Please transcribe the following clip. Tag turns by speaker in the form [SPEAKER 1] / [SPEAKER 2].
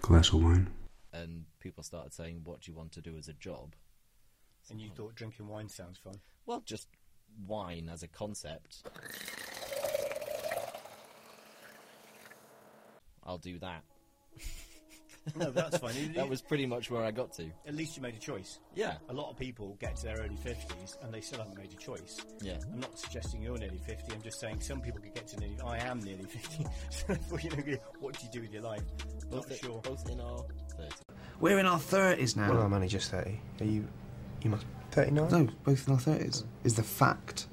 [SPEAKER 1] glass of wine.
[SPEAKER 2] and people started saying, "What do you want to do as a job?"
[SPEAKER 3] And you thought drinking wine sounds fun.
[SPEAKER 2] Well, just wine as a concept. I'll do that.
[SPEAKER 3] No, that's fine. You-
[SPEAKER 2] That was pretty much where I got to.
[SPEAKER 3] At least you made a choice.
[SPEAKER 2] Yeah,
[SPEAKER 3] A lot of people get to their early 50s and they still haven't made a choice.
[SPEAKER 2] yeah.
[SPEAKER 3] I'm not suggesting you're nearly 50. I'm just saying some people could get to nearly. I am nearly 50. so therefore, you know, what do you do with your life? Not
[SPEAKER 2] Both, i-
[SPEAKER 3] sure.
[SPEAKER 2] both in our 30s.
[SPEAKER 4] We're in our thirties now.
[SPEAKER 5] Well, I'm only just 30. Are you. You must. 39?
[SPEAKER 4] no, both in our thirties is the fact.